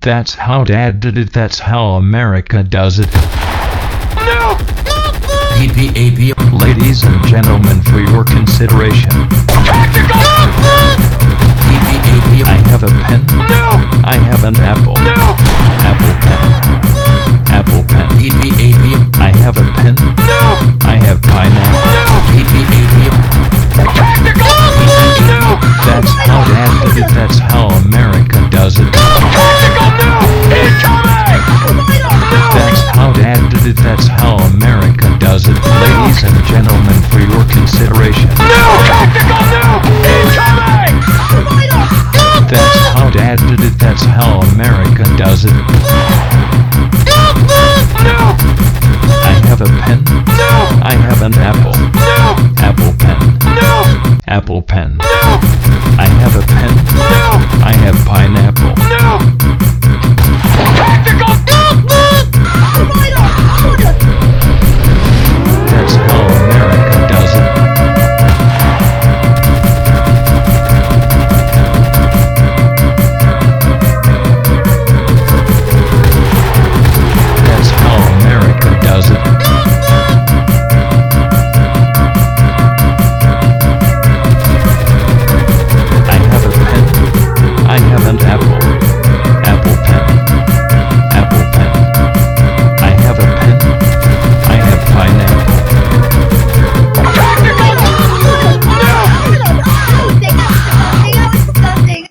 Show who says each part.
Speaker 1: That's how Dad did it. That's how America does it.
Speaker 2: No!
Speaker 3: PPAP.
Speaker 1: Ladies and gentlemen, for your consideration,
Speaker 2: Tactical!
Speaker 3: PPAP.
Speaker 1: I have a pen.
Speaker 2: No!
Speaker 1: I have an apple.
Speaker 2: No!
Speaker 1: Apple pen. Apple pen.
Speaker 3: PPAP.
Speaker 1: I have a pen.
Speaker 2: No!
Speaker 1: I have pineapple.
Speaker 2: No!
Speaker 3: PPAP.
Speaker 2: Tactical! No!
Speaker 1: That's how Dad did it. That's how America does it.
Speaker 2: Tactical! No! Incoming!
Speaker 1: That's how Dad did it. That's how America does it. Ladies and gentlemen, for your consideration,
Speaker 2: No! No! Tactical! No! Incoming!
Speaker 1: that's how Dad did it. That's how America does it.
Speaker 2: No!
Speaker 1: I have a pen.
Speaker 2: No!
Speaker 1: I have an apple.
Speaker 2: No!
Speaker 1: Apple pen.
Speaker 2: No!
Speaker 1: Apple pen.
Speaker 2: No!
Speaker 1: I have a